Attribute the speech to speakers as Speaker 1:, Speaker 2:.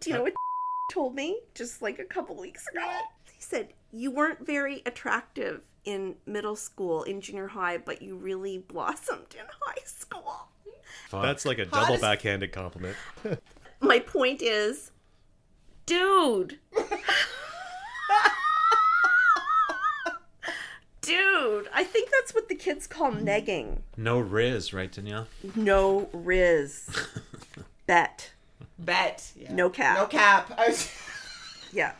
Speaker 1: Do you know what told me just like a couple weeks ago? He said, You weren't very attractive in middle school, in junior high, but you really blossomed in high school.
Speaker 2: Fuck.
Speaker 3: That's like a
Speaker 1: Hot
Speaker 3: double
Speaker 1: as-
Speaker 3: backhanded compliment.
Speaker 1: My point is, dude. dude, I think that's what the kids call negging.
Speaker 2: no riz, right, Danielle?
Speaker 1: No Riz. Bet.
Speaker 4: Bet. Yeah.
Speaker 1: No cap.
Speaker 4: No cap. I was-
Speaker 1: Yeah.